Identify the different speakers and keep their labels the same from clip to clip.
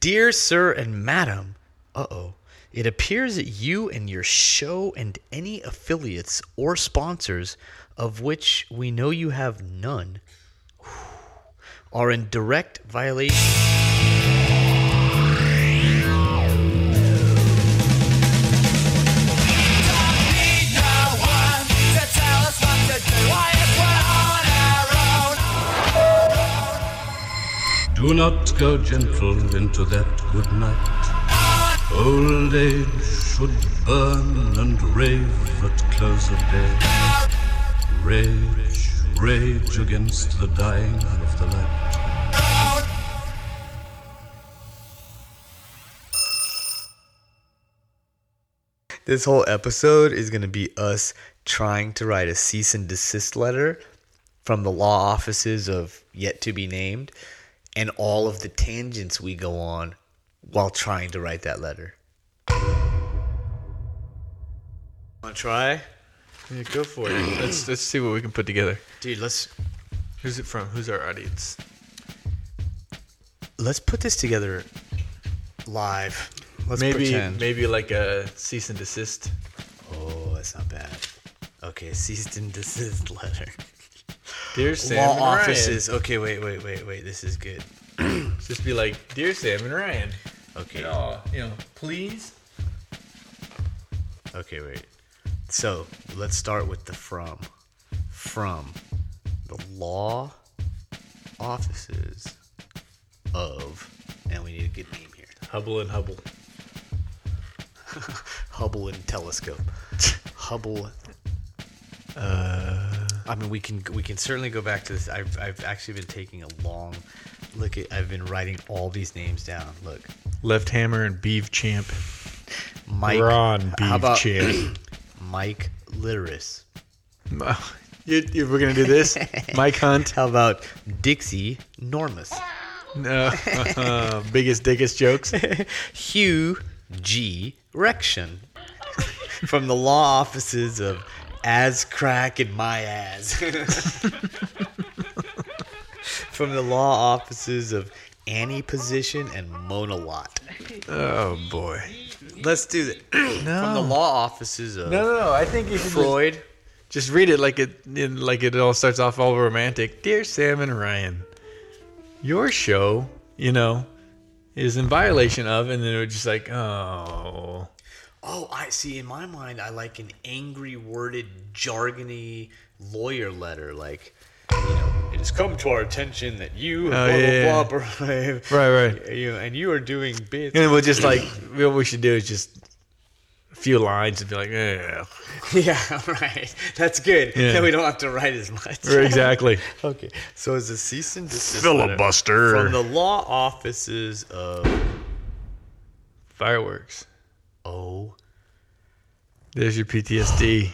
Speaker 1: Dear Sir and Madam, uh oh. It appears that you and your show and any affiliates or sponsors, of which we know you have none, are in direct violation.
Speaker 2: Do not go gentle into that good night. Old age should burn and rave at close of day. Rage, rage against the dying of the light.
Speaker 1: This whole episode is going to be us trying to write a cease and desist letter from the law offices of yet to be named and all of the tangents we go on while trying to write that letter. Want to try?
Speaker 3: Yeah, go for it. Let's let's see what we can put together.
Speaker 1: Dude, let's
Speaker 3: Who's it from? Who's our audience?
Speaker 1: let's put this together live. Let's
Speaker 3: maybe
Speaker 1: pretend.
Speaker 3: maybe like a cease and desist.
Speaker 1: Oh, that's not bad. Okay, cease and desist letter.
Speaker 3: Dear Sam
Speaker 1: Law
Speaker 3: and Ryan.
Speaker 1: offices. Okay, wait, wait, wait, wait. This is good.
Speaker 3: Just be like, dear Sam and Ryan.
Speaker 1: Okay.
Speaker 3: You know, you know, please.
Speaker 1: Okay, wait. So let's start with the from. From the law offices of, and we need a good name here
Speaker 3: Hubble and Hubble.
Speaker 1: Hubble and telescope. Hubble. uh, I mean, we can we can certainly go back to this. I've, I've actually been taking a long look at. I've been writing all these names down. Look,
Speaker 3: Left hammer and beef champ.
Speaker 1: Mike.
Speaker 3: Ron
Speaker 1: how
Speaker 3: Beef
Speaker 1: about
Speaker 3: Champ.
Speaker 1: Mike Litteris?
Speaker 3: you, you, we're gonna do this, Mike Hunt.
Speaker 1: How about Dixie Normus?
Speaker 3: No, biggest dickest jokes.
Speaker 1: Hugh G. Rection from the law offices of As Crack in My Ass. from the law offices of Annie Position and Monolot.
Speaker 3: Oh boy.
Speaker 1: Let's do that. From the
Speaker 3: No.
Speaker 1: law offices of
Speaker 3: No, no, no. I think you should just-
Speaker 1: Freud.
Speaker 3: Just read it like it in, like it all starts off all romantic. Dear Sam and Ryan, your show, you know, is in violation of, and then it was just like, oh,
Speaker 1: Oh, I see. In my mind, I like an angry worded, jargony lawyer letter. Like, you know, it has come to our attention that you, blah,
Speaker 3: yeah.
Speaker 1: blah, blah, blah,
Speaker 3: right, right.
Speaker 1: you, and you are doing bits.
Speaker 3: And we'll just like what we should do is just a few lines and be like, yeah,
Speaker 1: Yeah, right. That's good.
Speaker 3: Yeah.
Speaker 1: Then we don't have to write as much.
Speaker 3: exactly.
Speaker 1: Okay. So it's a cease and desist letter
Speaker 3: Filibuster.
Speaker 1: from the law offices of
Speaker 3: Fireworks.
Speaker 1: oh,
Speaker 3: There's your PTSD.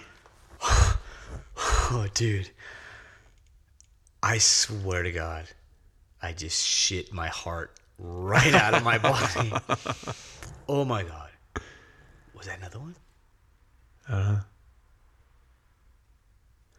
Speaker 1: oh, dude. I swear to God, I just shit my heart right out of my body. Oh my God, was that another one? Uh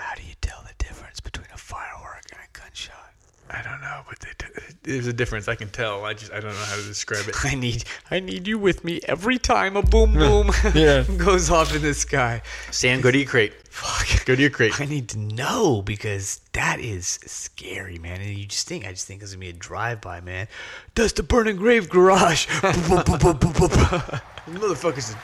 Speaker 1: huh. How do you tell the difference between a firework and a gunshot?
Speaker 3: I don't know, but they did- there's a difference. I can tell. I just I don't know how to describe it.
Speaker 1: I need I need you with me every time a boom boom
Speaker 3: Yeah.
Speaker 1: goes off in the sky.
Speaker 3: Sam, go to your crate.
Speaker 1: Fuck.
Speaker 3: Go to your crate.
Speaker 1: I need to know because that is scary, man. And you just think I just think it's gonna be a drive by, man. Dust the burning grave garage. Boop, boop, boop, boop, boop, boop.
Speaker 3: Motherfuckers are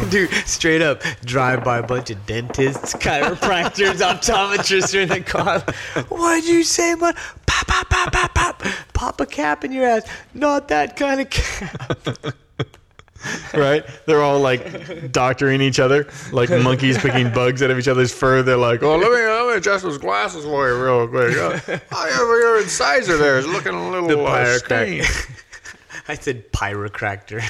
Speaker 3: dumb.
Speaker 1: Dude, straight up drive by a bunch of dentists, chiropractors, optometrists are in the car. What'd you say, man? Pop, pop, pop, pop, pop. Pop a cap in your ass. Not that kind of cap.
Speaker 3: right? They're all like doctoring each other, like monkeys picking bugs out of each other's fur. They're like, oh,
Speaker 4: Let me, let me adjust those glasses for you real quick. Uh, oh, yeah, but your incisor there is looking a little
Speaker 3: The
Speaker 4: uh,
Speaker 3: pirate
Speaker 4: stained.
Speaker 1: I said pyrocractor.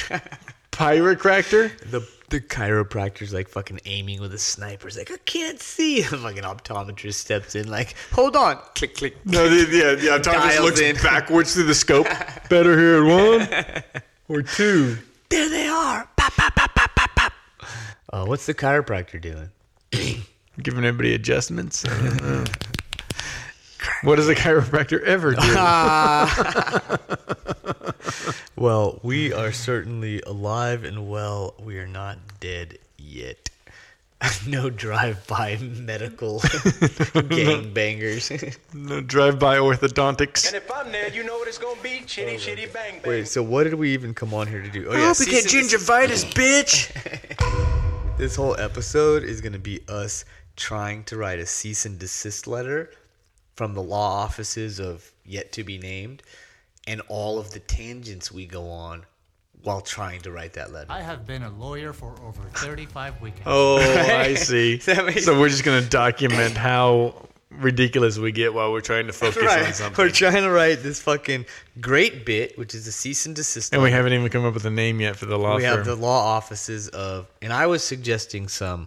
Speaker 3: pyrocractor?
Speaker 1: the the chiropractor's like fucking aiming with a sniper's like I can't see. The fucking optometrist steps in like hold on, click click.
Speaker 3: No, the, yeah, the optometrist
Speaker 1: Dials
Speaker 3: looks
Speaker 1: in.
Speaker 3: backwards through the scope. Better here at one or two.
Speaker 1: There they are. Pop pop pop pop pop pop. Uh, what's the chiropractor doing?
Speaker 3: Giving everybody adjustments. I don't know. What does a chiropractor ever do?
Speaker 1: Well, we are certainly alive and well. We are not dead yet. no drive-by medical gangbangers.
Speaker 3: No drive-by orthodontics.
Speaker 5: And if I'm there, you know what it's gonna be? Chitty chitty bang bang.
Speaker 1: Wait, so what did we even come on here to do? Oh, yeah, cease and desist.
Speaker 3: gingivitis, bitch.
Speaker 1: This whole episode is going to be us trying to write a cease and desist letter from the law offices of yet to be named and all of the tangents we go on while trying to write that letter.
Speaker 6: I have been a lawyer for over 35 weekends.
Speaker 3: Oh, I see.
Speaker 1: That makes-
Speaker 3: so we're just gonna document how ridiculous we get while we're trying to focus on something,
Speaker 1: We're trying to write this fucking great bit, which is a cease and desist
Speaker 3: and
Speaker 1: letter.
Speaker 3: we haven't even come up with a name yet for the law
Speaker 1: we
Speaker 3: firm.
Speaker 1: have the law offices of, and I was suggesting some,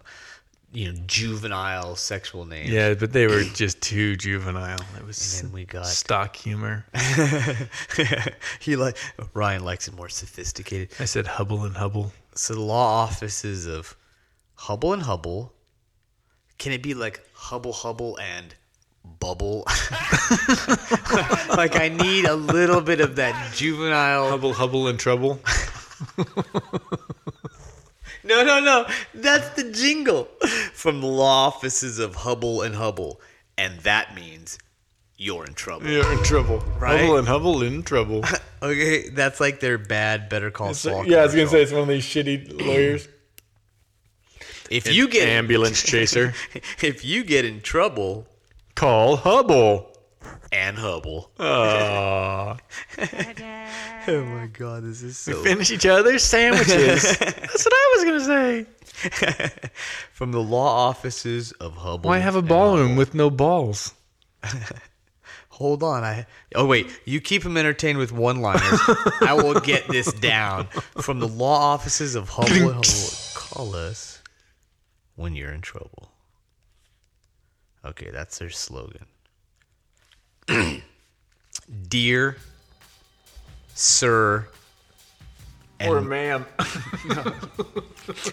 Speaker 1: you know, juvenile sexual names.
Speaker 3: yeah, but they were just too juvenile. It was
Speaker 1: And then we got-
Speaker 3: stock humor.
Speaker 1: he like Ryan likes it more sophisticated.
Speaker 3: I said Hubble and Hubble.
Speaker 1: So the law offices of Hubble and Hubble. Can it be like Hubble Hubble and Bubble? like I need a little bit of that juvenile.
Speaker 3: Hubble, Hubble, and Trouble.
Speaker 1: No, no, no. That's the jingle from the law offices of Hubble and Hubble, and that means you're in trouble.
Speaker 3: You're in trouble.
Speaker 1: Right?
Speaker 3: Hubble and Hubble in trouble.
Speaker 1: Okay, that's like their bad Better Call Saul. commercial.
Speaker 3: it's one of these shitty lawyers.
Speaker 1: if you get
Speaker 3: ambulance chaser.
Speaker 1: if you get in trouble
Speaker 3: Call Hubble. Uh,
Speaker 1: and Hubble. Oh my god, this is so
Speaker 3: Finish each other's sandwiches. That's what I was gonna say.
Speaker 1: from the law offices of Hubble.
Speaker 3: Why have a ballroom with no balls?
Speaker 1: Hold on, I. Oh wait, you keep him entertained with one-liners. I will get this down. From the law offices of Hubble, and Hubble call us when you're in trouble. Okay, that's their slogan. Dear Sir, and
Speaker 3: ma'am.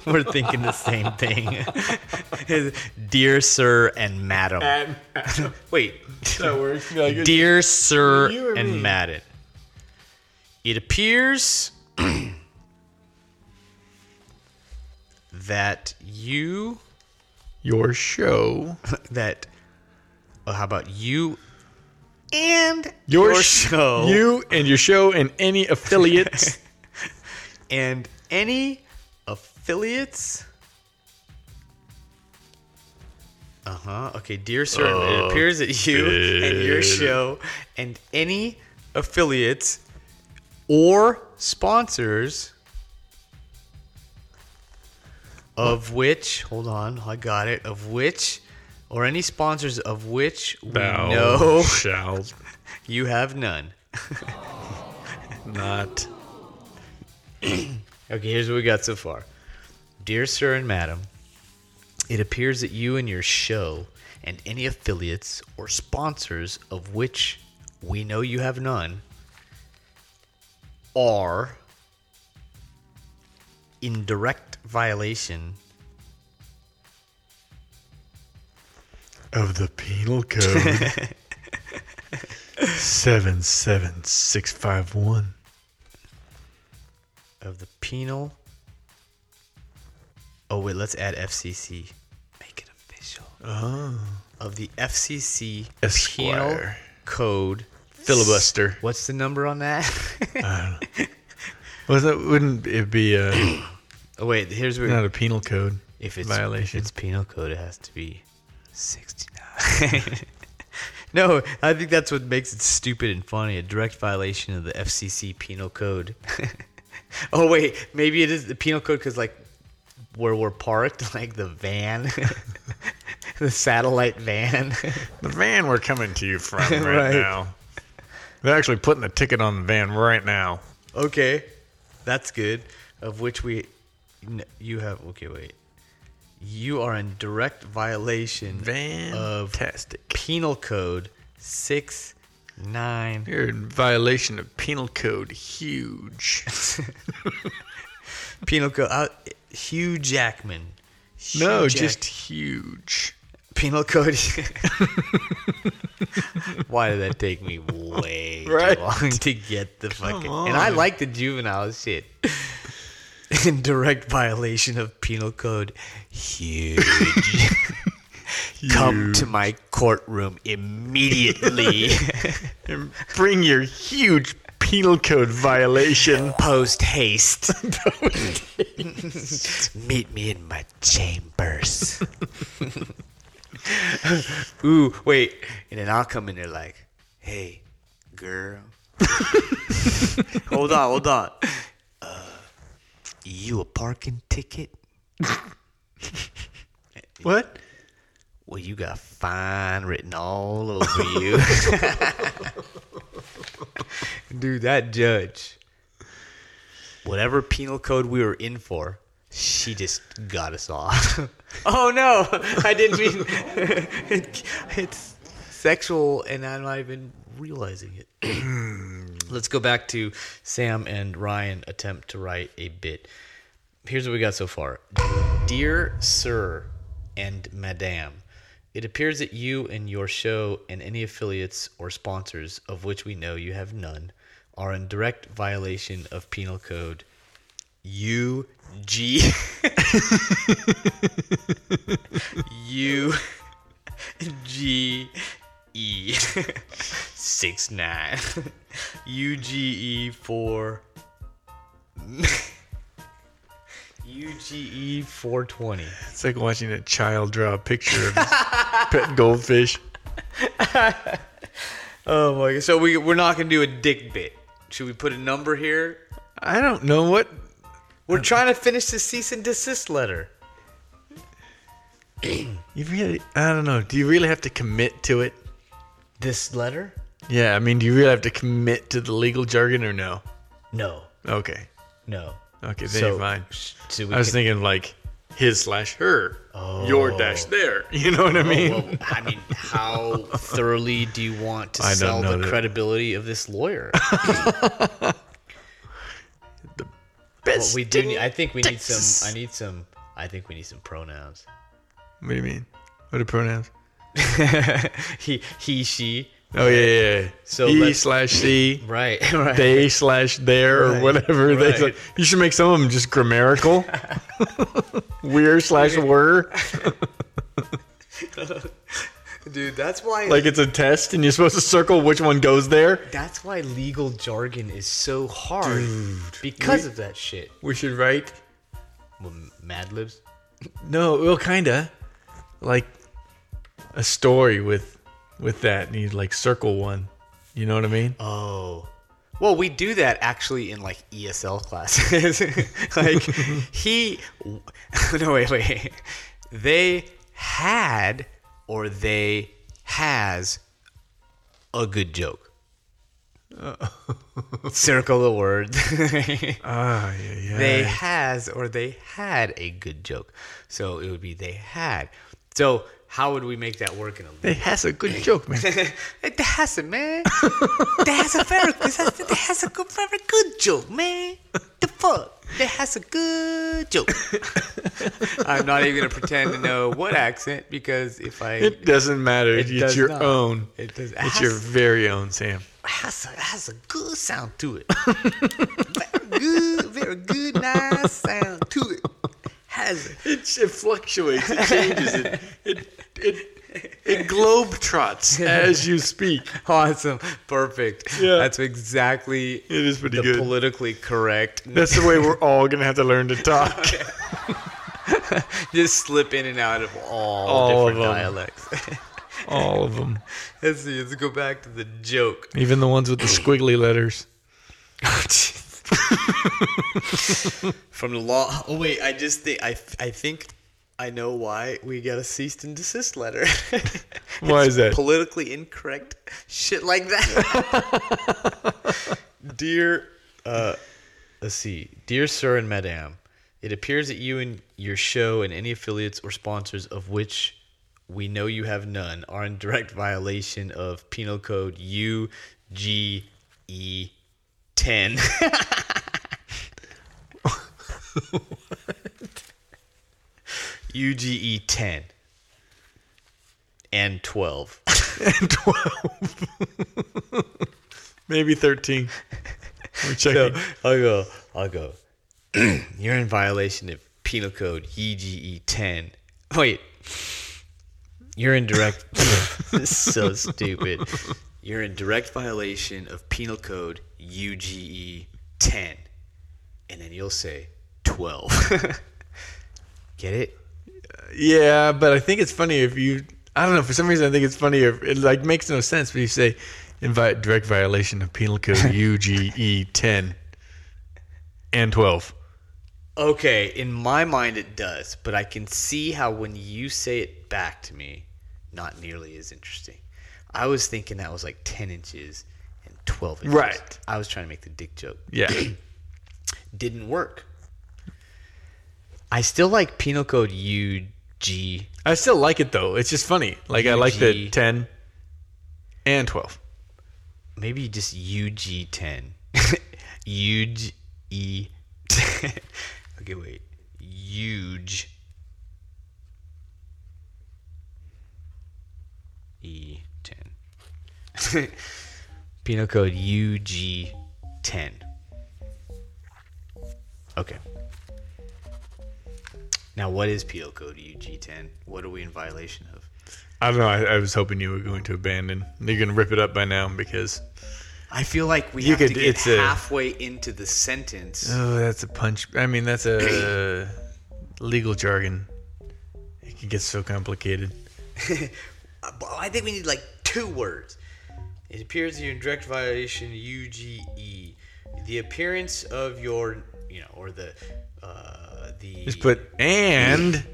Speaker 1: we're thinking the same thing. Dear Sir and Madam. Wait.
Speaker 3: that works. Like,
Speaker 1: Dear Sir
Speaker 3: You or
Speaker 1: and
Speaker 3: me?
Speaker 1: Madden, it appears that you
Speaker 3: Your show.
Speaker 1: that well, how about you and
Speaker 3: Your,
Speaker 1: show
Speaker 3: You and your show and any affiliates.
Speaker 1: and any affiliates. Uh huh. Okay, dear sir, it appears that you and your show and any affiliates or sponsors of which, hold on, I got it, of which, or any sponsors of which we
Speaker 3: Thou
Speaker 1: know
Speaker 3: shalt
Speaker 1: you have none.
Speaker 3: not.
Speaker 1: Okay, here's what we got so far. Dear Sir and Madam, it appears that you and your show and any affiliates or sponsors of which we know you have none are in direct violation
Speaker 3: Of the penal code. 77651.
Speaker 1: of the penal. Oh, wait, let's add FCC. Make it official.
Speaker 3: Oh.
Speaker 1: Of the FCC Penal
Speaker 3: Esquire.
Speaker 1: Code.
Speaker 3: Filibuster.
Speaker 1: What's the number on that?
Speaker 3: Was that, wouldn't it be a,
Speaker 1: oh, wait, here's where.
Speaker 3: not a penal code
Speaker 1: if it's
Speaker 3: violation?
Speaker 1: if it's penal code, it has to be 69. no, I think that's what makes it stupid and funny. A direct violation of the FCC penal code. oh wait, maybe it is the penal code because like where we're parked, like the van, the satellite van.
Speaker 3: the van we're coming to you from right,
Speaker 1: Right.
Speaker 3: now. They're actually putting a ticket on the van right now.
Speaker 1: okay, that's good. Of which we, n- you have. Okay, wait. You are in direct violation
Speaker 3: Uh,
Speaker 1: of penal code six nine
Speaker 3: You're in violation of penal code huge.
Speaker 1: penal code uh, Hugh Jackman. Hugh
Speaker 3: no,
Speaker 1: Jack-
Speaker 3: just huge.
Speaker 1: penal code. Why did that take me way
Speaker 3: Right.
Speaker 1: too long to get the fucking?
Speaker 3: on.
Speaker 1: And I like the juvenile shit. In direct violation of penal code, huge. Come to my courtroom immediately.
Speaker 3: Bring your huge penal code violation.
Speaker 1: Post haste. Meet me in my chambers. Ooh, wait. And then I'll come in there like, hey, girl. hold on, hold on. Uh, you a parking ticket?
Speaker 3: What?
Speaker 1: Well, you got fine written all over you. Dude, that judge. Whatever penal code we were in for, she just got us off. oh no, I didn't mean it, it's sexual and I'm not even realizing it. Let's go back to Sam and Ryan attempt to write a bit. Here's what we got so far. Dear Sir and Madame, it appears that you and your show and any affiliates or sponsors, of which we know you have none, are in direct violation of penal code UG. U G E 6 9. UGE 4. UGE 420.
Speaker 3: It's like watching a child draw a picture of his pet goldfish.
Speaker 1: Oh my god. So we we're not gonna do a dick bit. Should we put a number here?
Speaker 3: I don't know what.
Speaker 1: We're trying to finish the cease and desist letter.
Speaker 3: You really. I don't know. Do you really have to commit to it?
Speaker 1: This letter?
Speaker 3: Yeah, I mean, do you really have to commit to the legal jargon or no?
Speaker 1: No.
Speaker 3: Okay.
Speaker 1: No.
Speaker 3: Okay, then you're fine.
Speaker 1: So we
Speaker 3: I was
Speaker 1: can-
Speaker 3: thinking like his slash her, your dash there. You know what I mean?
Speaker 1: Well, I mean, how thoroughly do you want to
Speaker 3: I don't
Speaker 1: sell
Speaker 3: know
Speaker 1: the
Speaker 3: that-
Speaker 1: credibility of this lawyer? Well,
Speaker 3: Best
Speaker 1: we do. Need, I think we need
Speaker 3: Texas.
Speaker 1: some. I need some. I think we need some pronouns.
Speaker 3: What do you mean? What are pronouns?
Speaker 1: He, he, she.
Speaker 3: Oh yeah, yeah. yeah.
Speaker 1: So
Speaker 3: he
Speaker 1: let's-
Speaker 3: slash she,
Speaker 1: Right, right.
Speaker 3: they slash there or
Speaker 1: Right,
Speaker 3: whatever. They
Speaker 1: right.
Speaker 3: sla- you should make some of them just grammatical. We're slash were.
Speaker 1: Dude, that's why.
Speaker 3: Like it's a test, and you're supposed to circle which one goes there.
Speaker 1: that's why legal jargon is so hard because of that shit.
Speaker 3: We should write.
Speaker 1: Well, Mad Libs.
Speaker 3: No, well, kinda, like a story with with that, and you like circle one. You know what I mean?
Speaker 1: Oh. Well, we do that actually in like ESL classes. like he No, wait, wait. They had or they has a good joke. Circle the word.
Speaker 3: Ah, yeah, yeah.
Speaker 1: they has or they had a good joke. So it would be they had. So how would we make that work in a
Speaker 3: They has a good joke, man.
Speaker 1: it has a man. They has a very, it has, it has a good, very good joke, man. The fuck, They has a good joke. I'm not even gonna pretend to know what accent because if I
Speaker 3: It doesn't matter.
Speaker 1: It
Speaker 3: it's
Speaker 1: does
Speaker 3: your
Speaker 1: not.
Speaker 3: own.
Speaker 1: It does-
Speaker 3: It's your very own, Sam.
Speaker 1: has a, has a good sound to it. very good, very good, nice sound to it. Has a,
Speaker 3: It, it fluctuates. It changes. it it it, it globe trots as you speak.
Speaker 1: awesome, perfect.
Speaker 3: Yeah.
Speaker 1: That's exactly
Speaker 3: It is pretty
Speaker 1: the
Speaker 3: good.
Speaker 1: politically correct.
Speaker 3: That's the way we're all gonna have to learn to talk.
Speaker 1: Just slip in and out of all,
Speaker 3: All of
Speaker 1: different
Speaker 3: them.
Speaker 1: dialects.
Speaker 3: all of them,
Speaker 1: Let's see. Let's go back to the joke.
Speaker 3: even the ones with the squiggly letters.
Speaker 1: From the law. Oh wait, I just think I I think I know why we got a cease and desist letter.
Speaker 3: Why is that?
Speaker 1: Politically incorrect shit like that. Dear, uh, let's see. Dear sir and madam, it appears that you and your show and any affiliates or sponsors of which we know you have none are in direct violation of penal code E UGE 10. UGE 10. and 12.
Speaker 3: and 12. Maybe 13. We're
Speaker 1: so
Speaker 3: checking.
Speaker 1: I'll go, I'll go. You're in violation of penal code EGE 10. Wait. You're in direct. This is so stupid. You're in direct violation of penal code UGE 10. And then you'll say 12. Get it?
Speaker 3: Yeah, but I think it's funny if you. I don't know. For some reason, I think it's funny. If, it like makes no sense, but you say invite direct violation of penal code UGE 10 and 12.
Speaker 1: Okay, in my mind it does, but I can see how when you say it back to me, not nearly as interesting. I was thinking that was like 10 inches and 12 inches.
Speaker 3: Right.
Speaker 1: I was trying to make the dick joke.
Speaker 3: Yeah.
Speaker 1: Didn't work. I still like penal code UG.
Speaker 3: I still like it though. It's just funny. Like I like the
Speaker 1: UG. 10
Speaker 3: 10 and 12.
Speaker 1: Maybe just UG10. UGE. E, okay, wait. Huge. E10. E Penal code UG10. Okay. Now, what is penal code UG10? What are we in violation of?
Speaker 3: I don't know. I, I was hoping you were going to abandon. You're going to rip it up by now because
Speaker 1: I feel like we
Speaker 3: You
Speaker 1: have
Speaker 3: could-
Speaker 1: to get
Speaker 3: it's a-
Speaker 1: halfway into the sentence.
Speaker 3: oh, that's a punch. I mean, that's a legal jargon. It can get so complicated.
Speaker 1: Well, I think we need like two words. It appears that you're in direct violation UGE. The appearance of your, you know, or the, uh, the.
Speaker 3: Just put and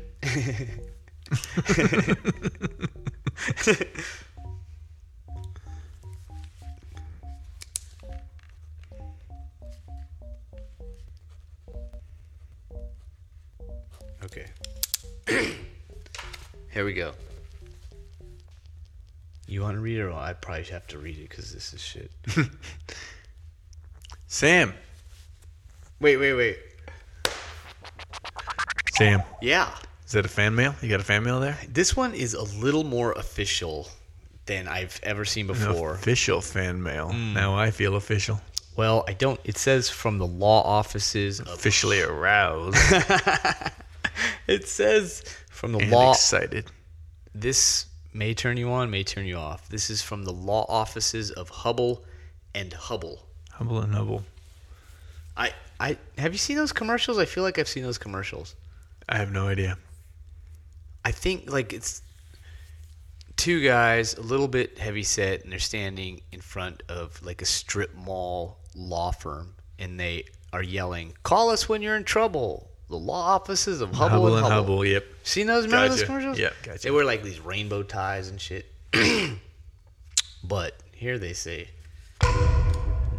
Speaker 1: Okay. Here we go. You want to read it, or I probably have to read it because this is shit.
Speaker 3: Sam.
Speaker 1: wait, wait, wait.
Speaker 3: Sam.
Speaker 1: Yeah,
Speaker 3: Is that a fan mail? You got a fan mail there?
Speaker 1: this one is a little more official than I've ever seen before.
Speaker 3: Official fan mail. Now I feel official.
Speaker 1: Well, I don't. It says from the law offices of
Speaker 3: Officially aroused
Speaker 1: It says from the
Speaker 3: and
Speaker 1: law.
Speaker 3: excited.
Speaker 1: this may turn you on, may turn you off. This is from the law offices of Hubble and Hubble.
Speaker 3: Humble and humble.
Speaker 1: I, I have you seen those commercials? I feel like I've seen those commercials.
Speaker 3: I have no idea.
Speaker 1: I think like it's two guys, a little bit heavy set, and they're standing in front of like a strip mall law firm, and they are yelling, "Call us when you're in trouble." The law offices of Hubble,
Speaker 3: Hubble
Speaker 1: and
Speaker 3: and
Speaker 1: Hubble.
Speaker 3: Hubble. Yep.
Speaker 1: Seen those? Remember those
Speaker 3: Gotcha.
Speaker 1: commercials?
Speaker 3: Yeah, gotcha.
Speaker 1: They wear like these rainbow ties and shit. but here they say,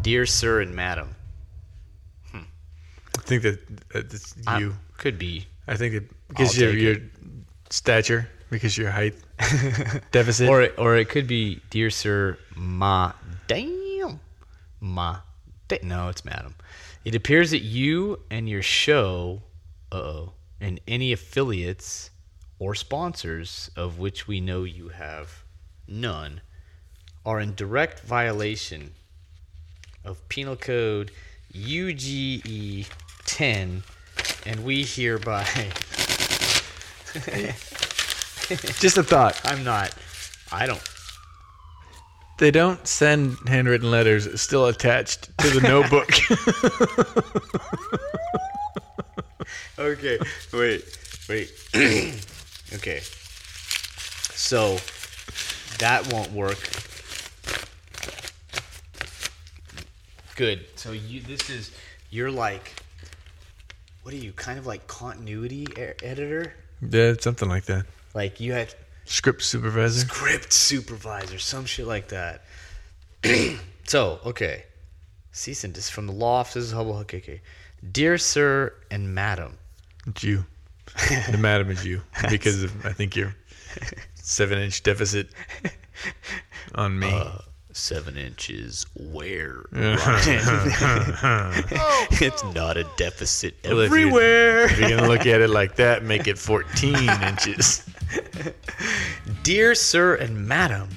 Speaker 1: "Dear sir and madam,"
Speaker 3: I think that uh, that's
Speaker 1: I-
Speaker 3: you.
Speaker 1: could be.
Speaker 3: I think it because
Speaker 1: I'll
Speaker 3: your
Speaker 1: take
Speaker 3: your stature, because your height deficit.
Speaker 1: Or it, or it could be, "Dear sir, ma damn, ma." Da-. No, it's madam. It appears that you and your show, uh oh, and any affiliates or sponsors of which we know you have none, are in direct violation of Penal Code UGE 10, and we hereby,
Speaker 3: just a thought.
Speaker 1: I'm not, I don't,
Speaker 3: They don't send handwritten letters it's still attached to the notebook.
Speaker 1: okay, wait, wait. okay. So that won't work. Good. So you this is you're like what are you kind of like continuity e- editor?
Speaker 3: yeah, something like that.
Speaker 1: Like you had
Speaker 3: Script supervisor.
Speaker 1: script supervisor, some shit like that. so, okay. Cease and desist from the law offices of Hubble. Okay, okay. Dear sir and madam,
Speaker 3: It's you. The madam is you because of I think your seven inch deficit on me.
Speaker 1: seven inches where Ryan? it's not a deficit
Speaker 3: Well, if you-
Speaker 1: everywhere
Speaker 3: If you're gonna look at it like that, make it fourteen inches.
Speaker 1: Dear Sir and Madam,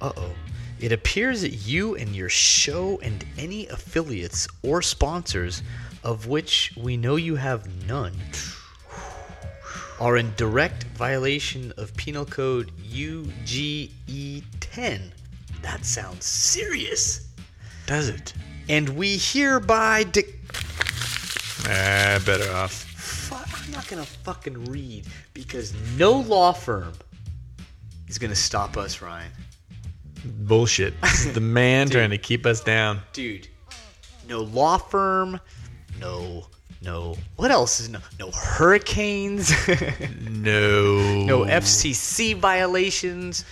Speaker 1: uh oh, it appears that you and your show and any affiliates or sponsors, of which we know you have none, are in direct violation of Penal Code UGE 10. That sounds serious.
Speaker 3: Does it?
Speaker 1: And we hereby de-
Speaker 3: Ah, better off.
Speaker 1: Fu- I'm not gonna fucking read because no law firm is gonna stop us, Ryan.
Speaker 3: Bullshit. This is the man trying to keep us down.
Speaker 1: Dude, no law firm, no, no. What else is no? No hurricanes,
Speaker 3: No. e-
Speaker 1: no FCC violations,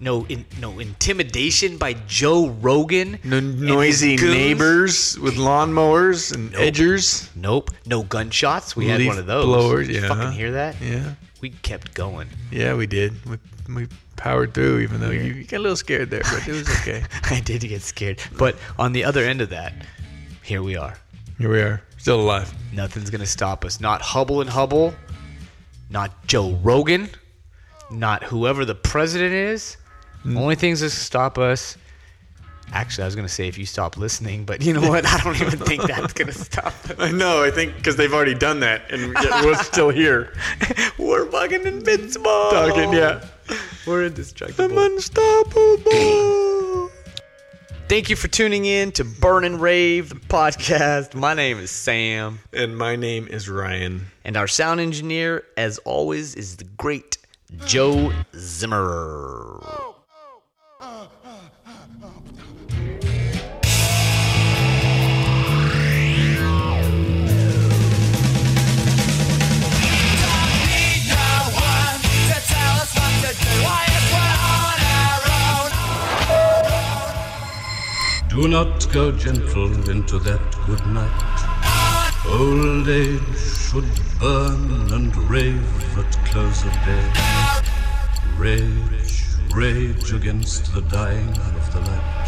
Speaker 1: no in, no intimidation by Joe Rogan.
Speaker 3: No
Speaker 1: and his
Speaker 3: noisy
Speaker 1: goons.
Speaker 3: neighbors with lawnmowers and edgers.
Speaker 1: Nope. No gunshots. We had
Speaker 3: Leaf
Speaker 1: one of those.
Speaker 3: blowers,
Speaker 1: Did you
Speaker 3: yeah.
Speaker 1: fucking hear that?
Speaker 3: Yeah.
Speaker 1: We kept going.
Speaker 3: Yeah, we did. We, we powered through, even though you, you got a little scared there, but it was okay.
Speaker 1: I did get scared. But on the other end of that, here we are.
Speaker 3: Here we are, still alive.
Speaker 1: Nothing's going to stop us. Not Hubble and Hubble, not Joe Rogan, not whoever the president is. Only things that stop us. Actually, I was going to say if you stop listening, but you know what? I don't even think that's going to stop us.
Speaker 3: I know. I think because they've already done that, and yet we're still here.
Speaker 1: We're fucking invincible.
Speaker 3: Talking, yeah.
Speaker 1: We're indestructible.
Speaker 3: unstoppable.
Speaker 1: Thank you for tuning in to Burn and Rave, the podcast. My name is Sam.
Speaker 3: And my name is Ryan.
Speaker 1: And our sound engineer, as always, is the great Joe Zimmer.
Speaker 2: Do not go gentle into that good night. Old age should burn and rave at close of day. Rage, rage against the dying of the light.